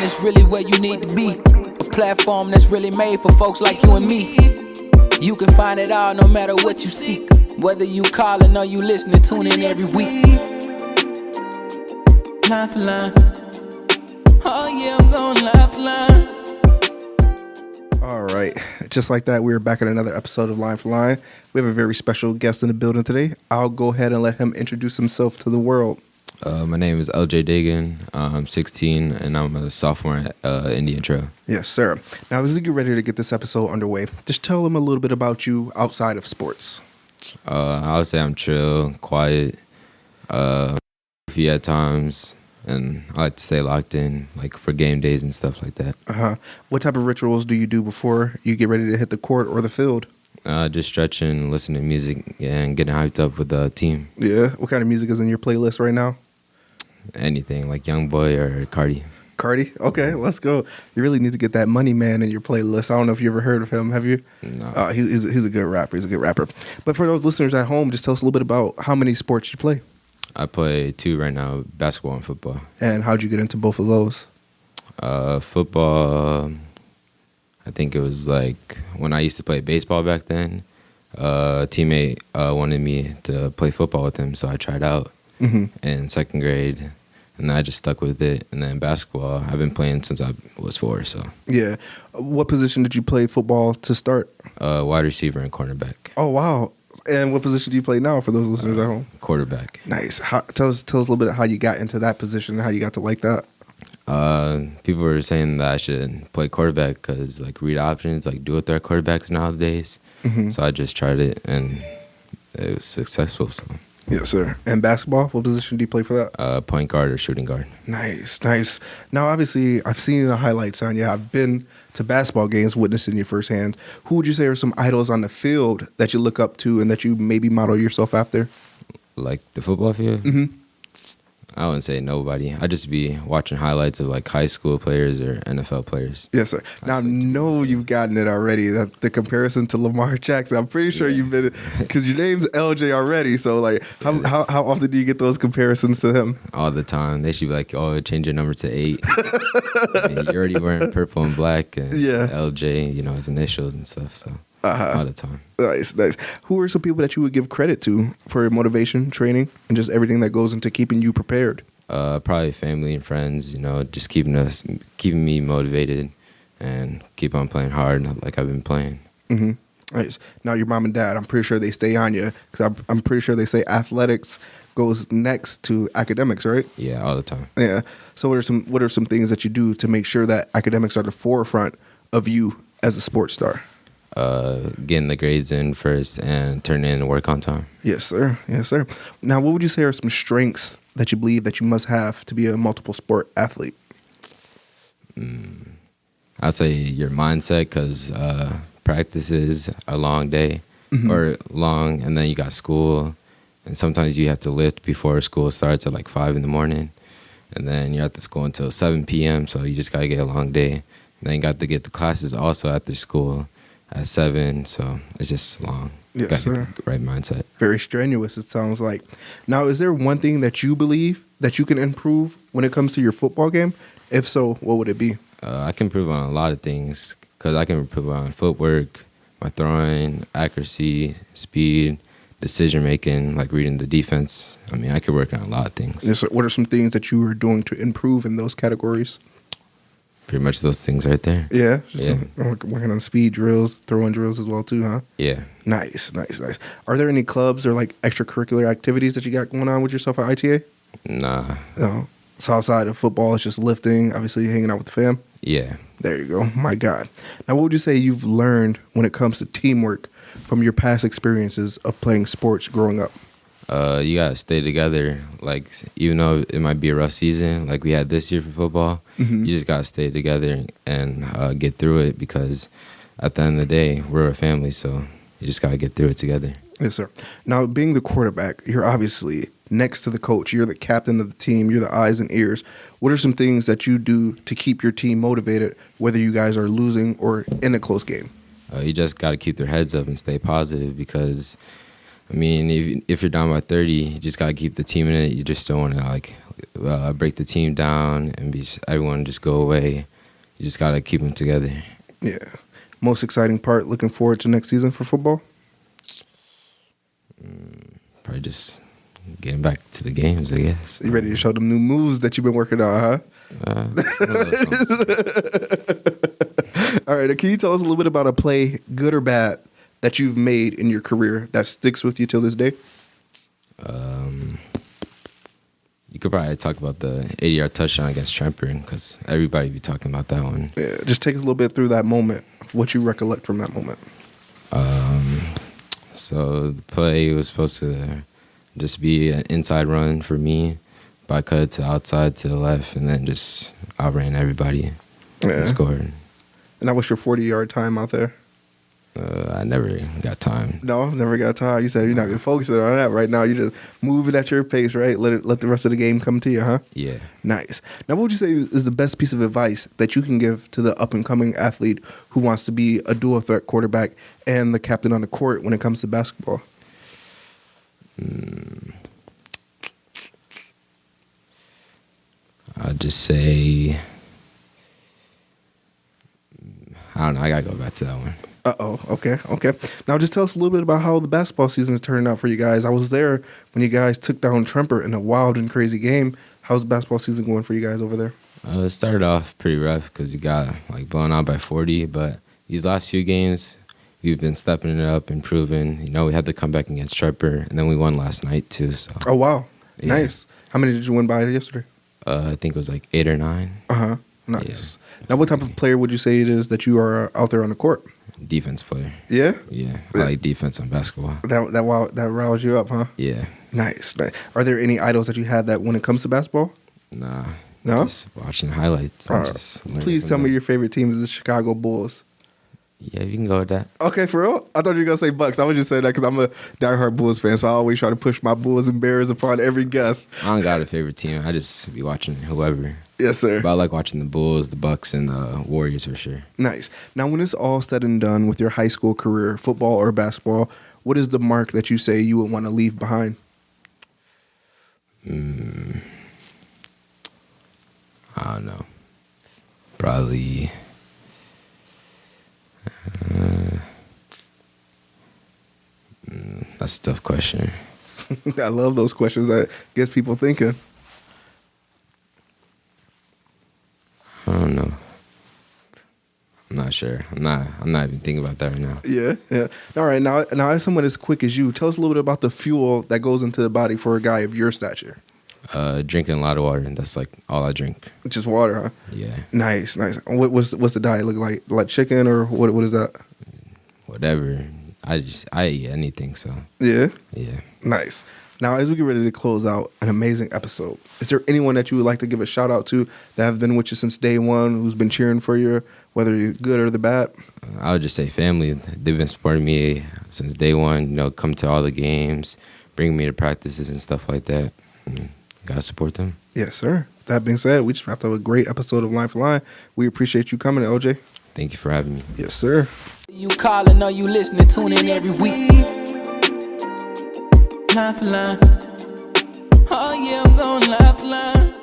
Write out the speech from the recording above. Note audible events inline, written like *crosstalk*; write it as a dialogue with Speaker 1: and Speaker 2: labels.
Speaker 1: that's really where you need to be. A platform that's really made for folks like you and me. You can find it all no matter what you seek. Whether you calling or you listening, tune in every week. Line for line. Oh yeah, I'm going line for line.
Speaker 2: All right. Just like that, we're back at another episode of Line for Line. We have a very special guest in the building today. I'll go ahead and let him introduce himself to the world.
Speaker 3: Uh, my name is LJ Dagan. I'm 16 and I'm a sophomore at uh, Indian Trail.
Speaker 2: Yes, sir. Now, as we get ready to get this episode underway, just tell them a little bit about you outside of sports.
Speaker 3: Uh, I would say I'm chill, quiet, uh, goofy at times, and I like to stay locked in, like for game days and stuff like that.
Speaker 2: Uh huh. What type of rituals do you do before you get ready to hit the court or the field?
Speaker 3: Uh, just stretching, listening to music, and getting hyped up with the team.
Speaker 2: Yeah. What kind of music is in your playlist right now?
Speaker 3: Anything like Young Boy or Cardi.
Speaker 2: Cardi. Okay, let's go. You really need to get that Money Man in your playlist. I don't know if you ever heard of him. Have you?
Speaker 3: No.
Speaker 2: Uh, he, he's, he's a good rapper. He's a good rapper. But for those listeners at home, just tell us a little bit about how many sports you play
Speaker 3: I play two right now: basketball and football.
Speaker 2: and how'd you get into both of those.
Speaker 3: Uh, football. um, I think it was like when I used to play baseball back then. Uh, a teammate uh, wanted me to play football with him, so I tried out
Speaker 2: Mhm.
Speaker 3: in second grade, and then I just stuck with it. And then basketball, I've been playing since I was four. So,
Speaker 2: Yeah. What position did you play football to start?
Speaker 3: uh, wide receiver and cornerback,
Speaker 2: Oh wow. And what position do you play now for those listeners at home?
Speaker 3: quarterback.
Speaker 2: Uh, Nice. How, tell us tell us a little bit of how you got into that position and how you got to like that.
Speaker 3: Uh, people were saying that I should play quarterback because like read options, like do what their quarterbacks nowadays. So I just tried it, and it was successful. So,
Speaker 2: Yes, sir. And basketball, what position do you play for that?
Speaker 3: uh, point guard or shooting guard.
Speaker 2: Nice, nice. Now, obviously, I've seen the highlights on you. I've been to basketball games, witnessing you firsthand. Who would you say are some idols on the field that you look up to and that you maybe model yourself after?
Speaker 3: like the football field.
Speaker 2: Mhm.
Speaker 3: I wouldn't say nobody. I just be watching highlights of like high school players or NFL players.
Speaker 2: Yes, sir. Now, I
Speaker 3: say James,
Speaker 2: know
Speaker 3: yeah.
Speaker 2: you've gotten it already. That the comparison to Lamar Jackson. I'm pretty sure you've been because your name's LJ already. So, like, how, how how often do you get those comparisons to him?
Speaker 3: All the time, they should be like, "Oh, change your number to eight. I mean, you're already wearing purple and black, and
Speaker 2: Yeah.
Speaker 3: LJ, you know his initials and stuff. So all the time.
Speaker 2: Nice, nice. Who are some people that you would give credit to for motivation, training, and just everything that goes into keeping you prepared?
Speaker 3: Uh, probably family and friends. You know, just keeping us, keeping me motivated, and keep on playing hard like I've been playing.
Speaker 2: Mm-hmm. Nice. Now your mom and dad, I'm pretty sure they stay on you because I'm, I'm pretty sure they say athletics goes next to academics, right?
Speaker 3: Yeah, all the time.
Speaker 2: Yeah. So what are some what are some things that you do to make sure that academics are the forefront of you as a sports star?
Speaker 3: Uh, getting the grades in first and turning in the work on time.
Speaker 2: Yes, sir. Yes, sir. Now, what would you say are some strengths that you believe that you must have to be a multiple sport athlete?
Speaker 3: I'd say your mindset because uh, practice is a long day
Speaker 2: Mm-hmm.
Speaker 3: or long, and then you got school, and sometimes you have to lift before school starts at like five in the morning, and then you're at the school until seven p.m. So you just gotta get a long day. And then you got to get the classes also after school at seven, so it's just long. You
Speaker 2: Yes,
Speaker 3: gotta get
Speaker 2: sir.
Speaker 3: the right mindset.
Speaker 2: Very strenuous, it sounds like. Now, is there one thing that you believe that you can improve when it comes to your football game? If so, what would it be?
Speaker 3: Uh, I can improve on a lot of things because I can improve on footwork, my throwing, accuracy, speed, decision making, like reading the defense. I mean, I could work on a lot of things.
Speaker 2: Yes, sir. what are some things that you are doing to improve in those categories?
Speaker 3: Pretty much those things right there.
Speaker 2: Yeah, So,
Speaker 3: Yeah.
Speaker 2: Oh, working on speed drills, throwing drills as well too, huh?
Speaker 3: Yeah.
Speaker 2: Nice, nice, nice. Are there any clubs or like extracurricular activities that you got going on with yourself at ITA?
Speaker 3: Nah.
Speaker 2: No. So outside of football, it's just lifting, obviously hanging out with the fam.
Speaker 3: Yeah.
Speaker 2: There you go. My God. Now, what would you say you've learned when it comes to teamwork from your past experiences of playing sports growing up?
Speaker 3: uh, you gotta stay together. Like even though it might be a rough season, like we had this year for football, you just gotta stay together and uh, get through it because at the end of the day, we're a family. So you just gotta get through it together.
Speaker 2: Yes, sir. Now, being the quarterback, you're obviously next to the coach. You're the captain of the team. You're the eyes and ears. What are some things that you do to keep your team motivated, whether you guys are losing or in a close game?
Speaker 3: Uh, you just got to keep their heads up and stay positive because, I mean, if if you're down by 30, you just gotta keep the team in it. You just don't want to like uh, break the team down and be everyone just go away. You just gotta keep them together.
Speaker 2: Yeah. Most exciting part. Looking forward to next season for football.
Speaker 3: Probably just getting back to the games, I guess.
Speaker 2: You ready to show them new moves that you've been working on, huh?
Speaker 3: Uh, some of those ones.
Speaker 2: *laughs* All right. Can you tell us a little bit about a play, good or bad, that you've made in your career that sticks with you till this day?
Speaker 3: Um, you could probably talk about the 80 yard touchdown against Tremper because everybody be talking about that one.
Speaker 2: Yeah. Just take us a little bit through that moment, what you recollect from that moment.
Speaker 3: Um, So the play was supposed to just be an inside run for me, but I cut it to outside to the left and then just outran everybody
Speaker 2: Yeah.
Speaker 3: and scored.
Speaker 2: And that was your 40 yard time out there.
Speaker 3: Uh, I never got time.
Speaker 2: No, never got time. You said you're not even focusing on that right now. You're just moving at your pace, right? Let it, let the rest of the game come to you, huh?
Speaker 3: Yeah.
Speaker 2: Nice. Now, what would you say is the best piece of advice that you can give to the up and coming athlete who wants to be a dual threat quarterback and the captain on the court when it comes to basketball?
Speaker 3: I'd just say, I don't know. I gotta go back to that one.
Speaker 2: Uh oh. Okay. Okay. Now, just tell us a little bit about how the basketball season is turning out for you guys. I was there when you guys took down Tremper in a wild and crazy game. How's the basketball season going for you guys over there?
Speaker 3: Uh, it started off pretty rough because you got like blown out by 40, but these last few games, we've been stepping it up, improving. You know, we had the comeback against Striper, and then we won last night too. So
Speaker 2: Oh wow.
Speaker 3: Yeah.
Speaker 2: Nice. How many did you win by yesterday?
Speaker 3: uh, I think it was like eight or nine
Speaker 2: Uh huh. Nice. Now, what type of player would you say it is that you are uh, out there on the court?
Speaker 3: defense player.
Speaker 2: Yeah.
Speaker 3: Yeah,
Speaker 2: Yeah.
Speaker 3: I like defense on basketball.
Speaker 2: That that wow that riles you up, huh?
Speaker 3: Yeah,
Speaker 2: Nice. nice. Are there any idols that you had that when it comes to basketball?
Speaker 3: nah.
Speaker 2: No?
Speaker 3: Just watching highlights. and
Speaker 2: Uh,
Speaker 3: just learning
Speaker 2: Please
Speaker 3: from
Speaker 2: tell me
Speaker 3: them.
Speaker 2: your favorite team is the Chicago Bulls.
Speaker 3: Yeah, you can go with that.
Speaker 2: Okay, for real? I thought you were going to say Bucks. I was just saying that because I'm a diehard Bulls fan, so I always try to push my Bulls and Bears upon every guest.
Speaker 3: I don't got a favorite team. I just be watching whoever.
Speaker 2: Yes, sir.
Speaker 3: But I like watching the Bulls, the Bucks, and the Warriors for sure.
Speaker 2: Nice. Now, when it's all said and done with your high school career, football or basketball, what is the mark that you say you would want to leave behind? *laughs*
Speaker 3: I don't know. Probably. Uh, mm, that's a tough question.
Speaker 2: I love those questions. I guess people thinking.
Speaker 3: I don't know. I'm not sure. I'm not. I'm not even thinking about that right now.
Speaker 2: Yeah, yeah. All right. Now, now, as someone as quick as you, tell us a little bit about the fuel that goes into the body for a guy of your stature.
Speaker 3: Uh, drinking a lot of water. and That's like all I drink.
Speaker 2: Just water, huh?
Speaker 3: Yeah.
Speaker 2: Nice, nice. What, what's what's the diet look like? Like chicken or what? What is that?
Speaker 3: Whatever. I just I eat anything. So
Speaker 2: Yeah,
Speaker 3: yeah.
Speaker 2: nice. Now, as we get ready to close out an amazing episode, is there anyone that you would like to give a shout out to that have been with you since day one, who's been cheering for you, whether you're good or the bad?
Speaker 3: I would just say family. They've been supporting me since day one. You know, come to all the games, bring me to practices and stuff like that. Mm, gotta support them.
Speaker 2: Yes, sir. That being said, we just wrapped up a great episode of Line for Line. We appreciate you coming, LJ.
Speaker 3: Thank you for having me.
Speaker 2: Yes, sir.
Speaker 1: You calling, know you listening, tune in every week. Line for line. Oh yeah, I'm going line for line.